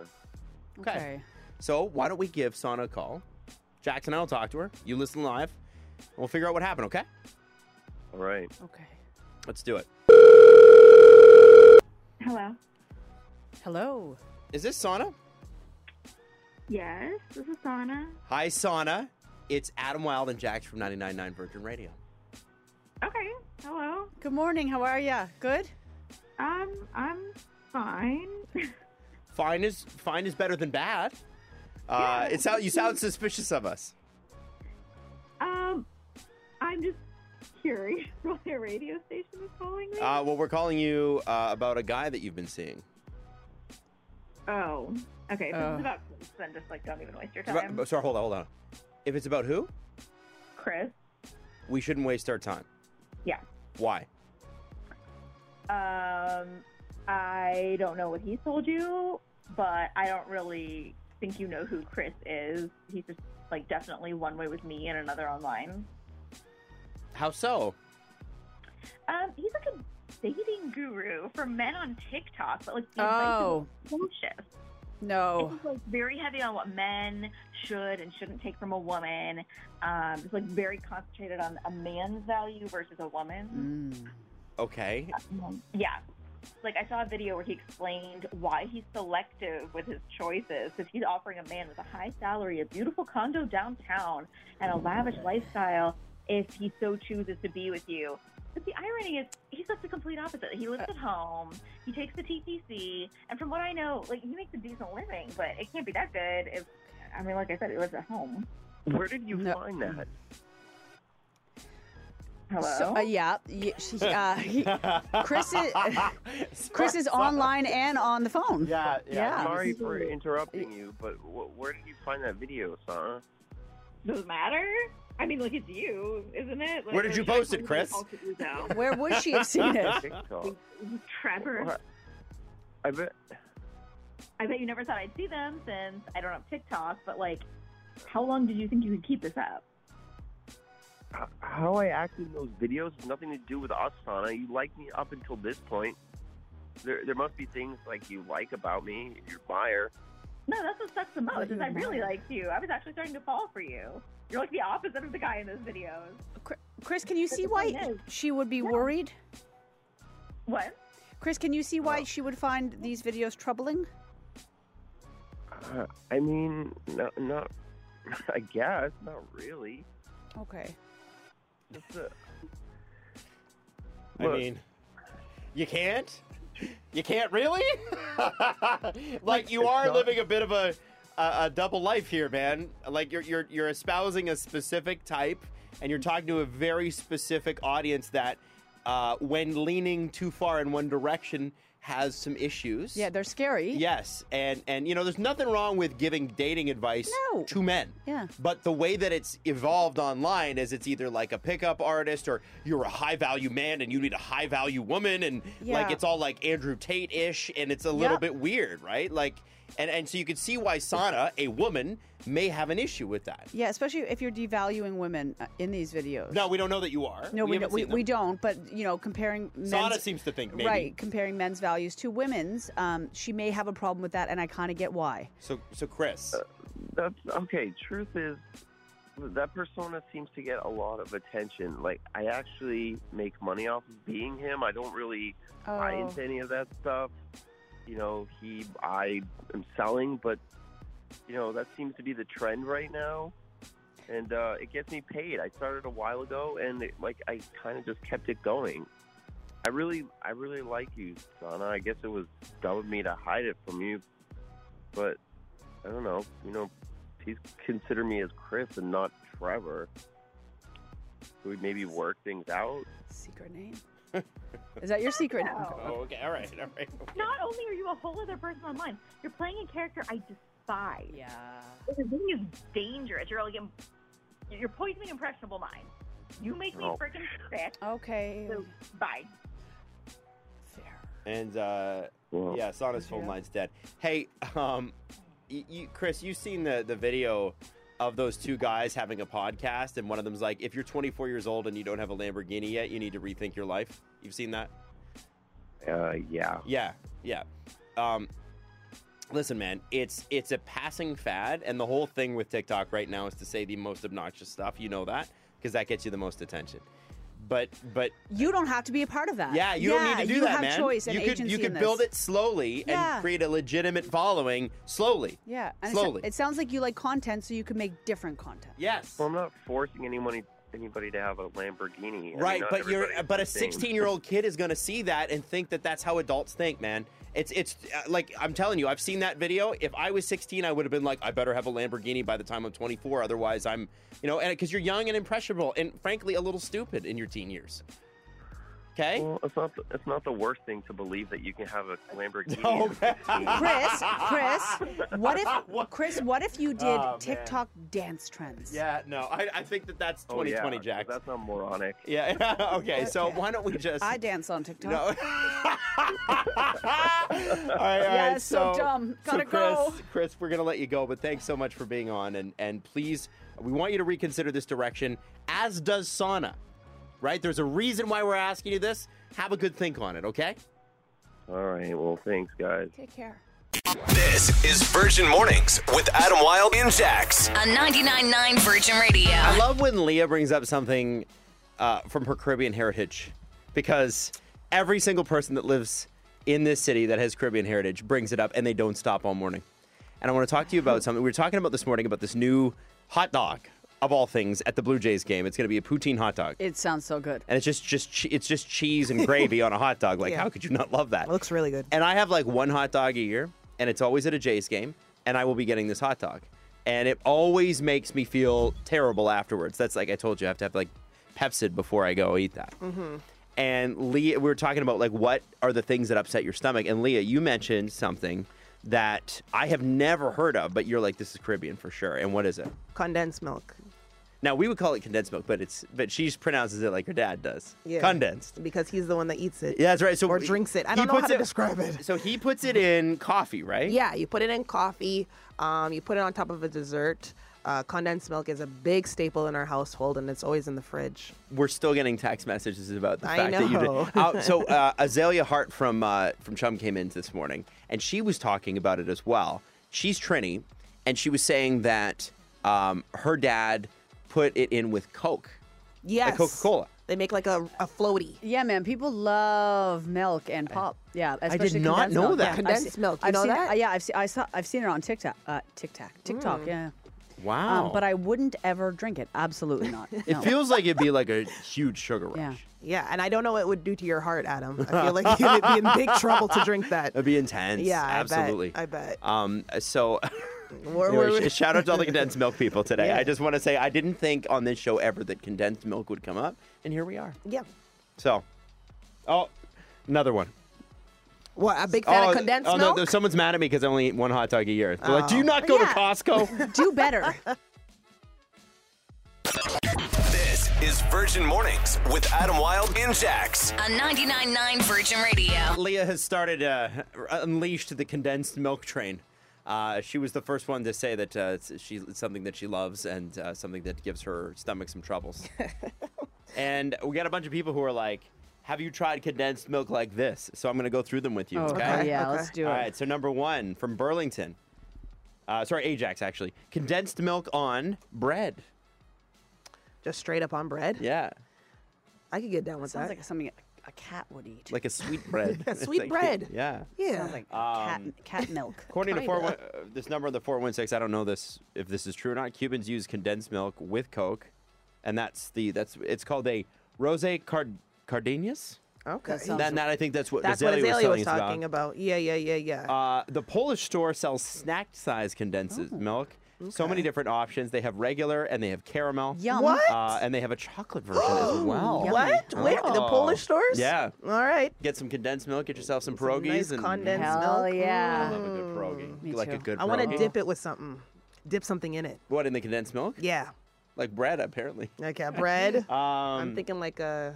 Okay. So why don't we give Sana a call? Jackson, I'll talk to her. You listen live. and We'll figure out what happened. Okay?
All right.
Okay. Okay.
Let's do it.
Hello.
Hello.
Is this Sana?
Yes, this is Donna.
Hi, Sana. It's Adam Wild and Jax from 99.9 Virgin Radio.
Okay. Hello.
Good morning. How are ya? Good.
Um, I'm fine. <laughs>
Fine is fine is better than bad. Uh, it sound, you sound suspicious of us.
um, I'm just curious <laughs> why a radio station is calling me.
Uh, well, we're calling you uh, about a guy that you've been seeing.
oh. Okay. If this
Uh.
is about Chris, then just like don't even waste your
About-
time.
Sorry, hold on, hold on. If it's about who,
Chris.
we shouldn't waste our time.
Yeah.
Why?
Um, I don't know what he told you, but I don't really think you know who Chris is. He's just like definitely one way with me and another online.
How so?
Um, he's like a dating guru for men on TikTok, but like the
Oh.
advice is bullshit.
<laughs> No.
It's like very heavy on what men should and shouldn't take from a woman. Um, it's like very concentrated on a man's value versus a woman's.
Mm.
Okay.
Um, yeah. Like I saw a video where he explained why he's selective with his choices because he's offering a man with a high salary, a beautiful condo downtown, and a lavish lifestyle if he so chooses to be with you. But the irony is, he's like the complete opposite. He lives at home, he takes the TTC, and from what I know, like he makes a decent living, but it can't be that good if, I mean, like I said, he lives at home.
Where did you
No.
find that?
Hello?
So, uh, yeah, y- she, uh, he, Chris
<laughs>
is Chris is online and on the phone.
Yeah, yeah.
Sorry for interrupting you, but wh- where did you find that video, Sana?
Does it matter? I mean, look, it's you, isn't it? Like,
Where did
or
you
should I
post it,
come to
Chris?
the alter ego?
Where would she have seen it?
<laughs>
TikTok.
Trevor,
What? I bet.
I bet you never thought I'd see them since I don't have TikTok, but like, how long did you think you could keep this up?
h- How I acted in those videos has nothing to do with us, Sana. You liked me up until this point. There, there must be things like you like about me. You're a liar.
No, that's what sucks the most is I really liked you. I was actually starting to fall for you. You're like the opposite of the guy in those videos.
Chr- Chris, can you see why she would be worried?
What?
Chris, can you see why she would find these videos troubling?
Uh, I mean, no, <laughs> not. I guess not really.
Okay.
Just a,
I
Look.
mean, you can't? You can't really? <laughs> like you
It's
are
not-
living a bit of a, a a double life here, man. Like you're you're you're espousing a specific type and you're talking to a very specific audience that uh, when leaning too far in one direction has some issues.
Yeah, they're scary.
Yes, and and you know, there's nothing wrong with giving dating advice
No.
to men.
Yeah.
But the way that it's evolved online is it's either like a pickup artist or you're a high value man and you need a high value woman and like
Yeah.
it's all like Andrew Tate ish and it's a little
Yep.
bit weird, right? Like, and and so you could see why Sana, a woman, may have an issue with that.
Yeah, especially if you're devaluing women uh, in these videos.
No, we don't know that you are.
No, we,
haven't
don't, we,
seen them.
we don't. But you know, comparing men's,
Sana seems to think maybe.
right, comparing men's values to women's, um, she may have a problem with that, and I kind of get why.
So so Chris,
that's okay. Truth is, that persona seems to get a lot of attention. Like, I actually make money off of being him. I don't really buy
Oh.
into any of that stuff. You know, he, I am selling, but you know that seems to be the trend right now, and uh, it gets me paid. I started a while ago, and it, like I kind of just kept it going. I really, I really like you, Sana. I guess it was dumb of me to hide it from you, but I don't know. You know, please consider me as Chris and not Trevor. Could we maybe work things out?
Secret name.
<laughs>
Is that your secret? name?
No.
oh, okay, all right, all right.
Not only are you a whole other person online, you're playing a character I despise.
Yeah.
This thing is dangerous. You're like, im- you're poisoning impressionable minds. You make me
Oh.
freaking sick.
Okay.
So, bye.
Fair.
And uh,
Well,
yeah, Sana's phone
Yeah.
line's dead. Hey, um, y- you, Chris, you've seen the the video of those two guys having a podcast, and one of them's like, "If you're 24 years old and you don't have a Lamborghini yet, you need to rethink your life." You've seen that?
Uh, yeah.
Yeah, yeah. Um, listen, man, it's it's a passing fad, and the whole thing with TikTok right now is to say the most obnoxious stuff. You know that because that gets you the most attention. But but
You don't have to be a part of that.
Yeah, you don't need to do
you
that,
have
man.
choice and
you could
agency
you
in
could
this.
build it slowly
Yeah.
and create a legitimate following slowly.
Yeah, and it so-
slowly.
It, sounds like you like content, so you can make different
<laughs>
content.
yes.
Well, I'm not forcing anybody anybody to have a Lamborghini. I mean,
Right,
not
but you're
everybody's
but
the
a
same.
16 year old kid is going to see that and think that that's how adults think, man. It's it's uh, like I'm telling you, I've seen that video. If I was 16, I would have been like, I better have a Lamborghini by the time I'm 24, otherwise I'm, you know, and because you're young and impressionable and frankly a little stupid in your teen years. Okay. <laughs>
Well, it's not the, it's not the worst thing to believe that you can have a Lamborghini.
No.
Chris, Chris, what if Chris, what if you did TikTok dance trends?
<laughs> Oh, yeah, no, I, I think that that's
Oh, yeah,
2020, Jack.
That's not moronic.
Yeah. <laughs> okay. So
Okay.
why don't we just?
I dance on TikTok.
No. <laughs> all right. All right.
Yeah, it's so dumb. Gotta
Chris,
go.
Chris, we're gonna let you go, but thanks so much for being on, and and please, we want you to reconsider this direction, as does Sauna. Right? There's a reason why we're asking you this. Have a good think on it, okay?
All right. Well, thanks, guys.
Take care.
This is Virgin Mornings with Adam Wilde and Jax.
On 99.9 Virgin Radio.
I love when Leah brings up something uh, from her Caribbean heritage because every single person that lives in this city that has Caribbean heritage brings it up and they don't stop all morning. And I want to talk to you about something. We were talking about this morning about this new hot dog of all things at the Blue Jays game. It's going to be a poutine hot dog.
It sounds so good.
and it's just just che- it's just cheese and gravy on a hot dog. Like
Yeah.
how could you not love that?
It looks really good.
And I have like one hot dog a year, and it's always at a Jays game, and I will be getting this hot dog. and it always makes me feel terrible afterwards. That's like I told you, I have to have like Pepsid before I go eat that.
Mm-hmm.
And Leah, we were talking about like what are the things that upset your stomach, and Leah, you mentioned something that I have never heard of, but you're like, this is Caribbean for sure. And what is it?
Condensed milk.
Now we would call it condensed milk, but it's but she pronounces it like her dad does.
Yeah.
Condensed.
Because he's the one that eats it.
Yeah, that's right. So
Or
he-
drinks it. I
he
don't know how
puts
to describe it.
So he puts it in coffee, right?
Yeah, you put it in coffee. Um, you put it on top of a dessert. Uh, condensed milk is a big staple in our household, and it's always in the fridge.
We're still getting text messages about the
I
fact that you did.
know.
Uh,
<laughs>
so uh, Azalea Hart from uh, from Chum came in this morning, and she was talking about it as well. She's Trini, and she was saying that um, her dad put it in with Coke,
Yes.
like Coca-Cola.
They make like a, a floaty.
Yeah, man, people love milk and pop. Yeah, especially
not
condensed
know
milk.
that.
Yeah, I've
Condensed
seen-
milk, you
I've
know
seen,
that?
uh, yeah, I've seen. I saw. I've seen it on TikTok. Uh, TikTok. TikTok.
Hmm.
Yeah.
Wow.
Um, but I wouldn't ever drink it. Absolutely not.
Oh. <laughs> it
No.
feels like it'd be
<laughs>
like a huge sugar rush.
Yeah.
Yeah, and I don't know what it would do to your heart, Adam. I feel
<laughs>
like you'd be in big trouble to drink that.
It'd be intense.
Yeah, I bet.
absolutely.
I bet.
Um, so, <laughs>
Where
anyway,
were we?
sh- shout out to all the
<laughs>
condensed milk people today.
Yeah.
I just want to say I didn't think on this show ever that condensed milk would come up, and here we are.
Yeah.
So, oh, another one.
What, a big fan
oh,
of condensed
oh, no,
milk? Oh.
th- someone's mad at me because I only eat one hot dog a year. They're like, "Do you not go
Yeah.
to
<laughs>
Costco?"
Do
<laughs>
better.
This is Virgin Mornings with Adam Wilde and Jax.
On 99.9 Virgin Radio.
Leah has started uh, unleashed the condensed milk train. Uh, she was the first one to say that uh, it's, she, it's something that she loves and uh, something that gives her stomach
<laughs>
some troubles. and we got a bunch of people who are like, "Have you tried condensed milk like this?" So I'm going to go through them with you.
Oh, okay. Yeah,
okay.
let's do it.
All right. So number one from Burlington, uh, sorry, Ajax actually, condensed milk on bread.
Just straight up on bread?
Yeah,
I could get down with
Sounds
that.
like something a, a cat would eat.
like a sweet
<laughs>
bread. <laughs> It's
sweet
like-
bread.
Yeah.
yeah.
Sounds like cat cat milk.
Um, <laughs> According to
Kinda.
four, one- uh, this number in the 416, I don't know this if this is true or not. Cubans use condensed milk with Coke, and that's the that's it's called a rose card cardenius.
okay.
sounds-
Then that I think that's what
That's
Azalea
what Azalea was,
was telling us
talking
about.
about. Yeah, yeah, yeah, yeah.
Uh, the Polish store sells snack size condensed
Oh,
milk. So many different options. They have regular and they have caramel.
Yum.
What?
Uh, and they have a chocolate
<gasps>
version as well.
yummy.
what? Where? The
Oh.
Polish stores?
Yeah.
All right.
Get some condensed milk. Get yourself some
Some
pierogies
nice
and
condensed
Hell
milk.
I
yeah.
love a good pierogi.
me
like
too.
a good.
I want to
pierogi.
dip it with something. Dip something in it.
What in the condensed milk?
Yeah.
Like bread, apparently.
Okay, bread.
Um,
I'm thinking like a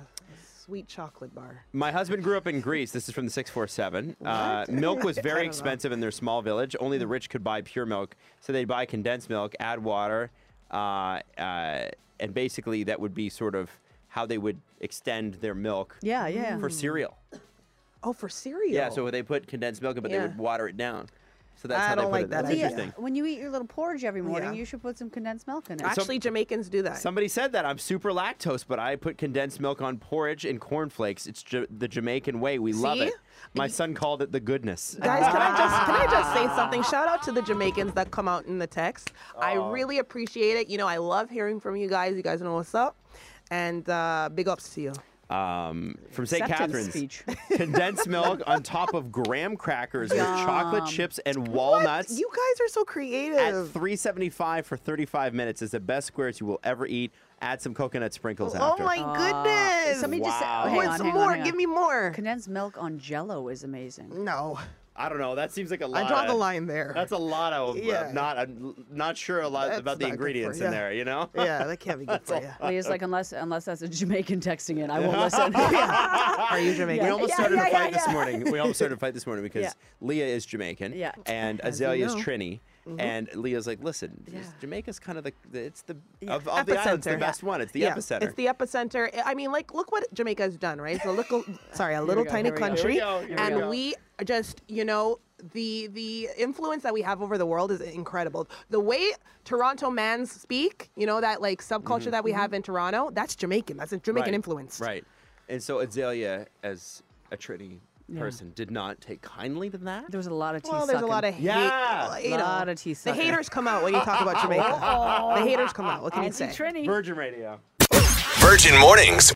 sweet chocolate bar.
my husband grew up in Greece. This is from the 647. Uh, milk
<laughs>
was
I
very
don't know.
expensive in their small village. Only the rich could buy pure milk. So they'd buy condensed milk, add water, uh, uh, and basically that would be sort of how they would extend their milk
Yeah,
Mm.
yeah.
for cereal.
Oh, for cereal.
Yeah, so they put condensed milk in, but they
Yeah.
would water it down. So that's
I
how they
don't
put
like
it.
that
That's
idea.
interesting.
When you eat your little porridge every morning,
Yeah.
you should put some condensed milk in it.
actually Jamaicans do that.
Somebody said that I'm super lactose, but I put condensed milk on porridge and cornflakes. It's Ja- the Jamaican way. We love
See?
it. My son called it the goodness.
Guys, can I just can I just
<laughs>
say something? Shout out to the Jamaicans that come out in the text. I
Oh.
really appreciate it. You know, I love hearing from you guys. You guys know what's up. And uh, big ups to you.
um, from St.
Acceptance <laughs>
Catherine's.
speech.
<laughs> Condensed milk on top of graham crackers with chocolate chips and walnuts.
You guys are so
at
creative.
375 for 35 minutes is the best squares you will ever eat. Add some coconut sprinkles
Oh
after.
my goodness.
Somebody just said,
Wow.
oh, hang
Want
on,
some
hang on,
more?
hang on.
Give me Mm, more.
Condensed milk on Jello is amazing.
No.
I don't know. That seems like a lot.
I draw the
of-
line there.
That's a lot of
Yeah.
I'm not I'm not sure a lot
That's
about the
not good for
ingredients
you.
in there, you know?
yeah, that can't be
<laughs>
good for you.
Leah's like, unless unless that's a Jamaican texting it, I won't
<laughs>
listen.
Are you Jamaican?
We almost
Yeah,
started
yeah,
a fight
yeah,
this
yeah.
morning. We almost started a fight this morning because
Yeah.
Leah is Jamaican
Yeah.
and
you
Azalea is
know.
Trini. And Leah's like, listen, just- Jamaica's kind of the, the it's the of, of the islands the
Epicenter.
best one. It's the
Yeah,
epicenter.
It's the epicenter. I- I mean, like, look what Jamaica's done, right? It's a little, <laughs> sorry, a little
go,
tiny
here we go.
country,
Here we go, here we
and
go.
we just, you know, the the influence that we have over the world is incredible. The way Toronto mans speak, you know, that like subculture that we
Mm-hmm.
have in Toronto, that's Jamaican. That's a Jamaican
Mm-hmm. Right,
influence.
Right. And so Azalea, as a Trini person, did not take kindly to that.
there was a lot of tea
Well, there's a lot of hate.
Yeah.
you know.
Lot of tea
the
sucking.
haters come out when you talk
<laughs>
<laughs>
about Jamaica. the haters come out. What can you say?
Trini.
Virgin Radio.
Virgin Mornings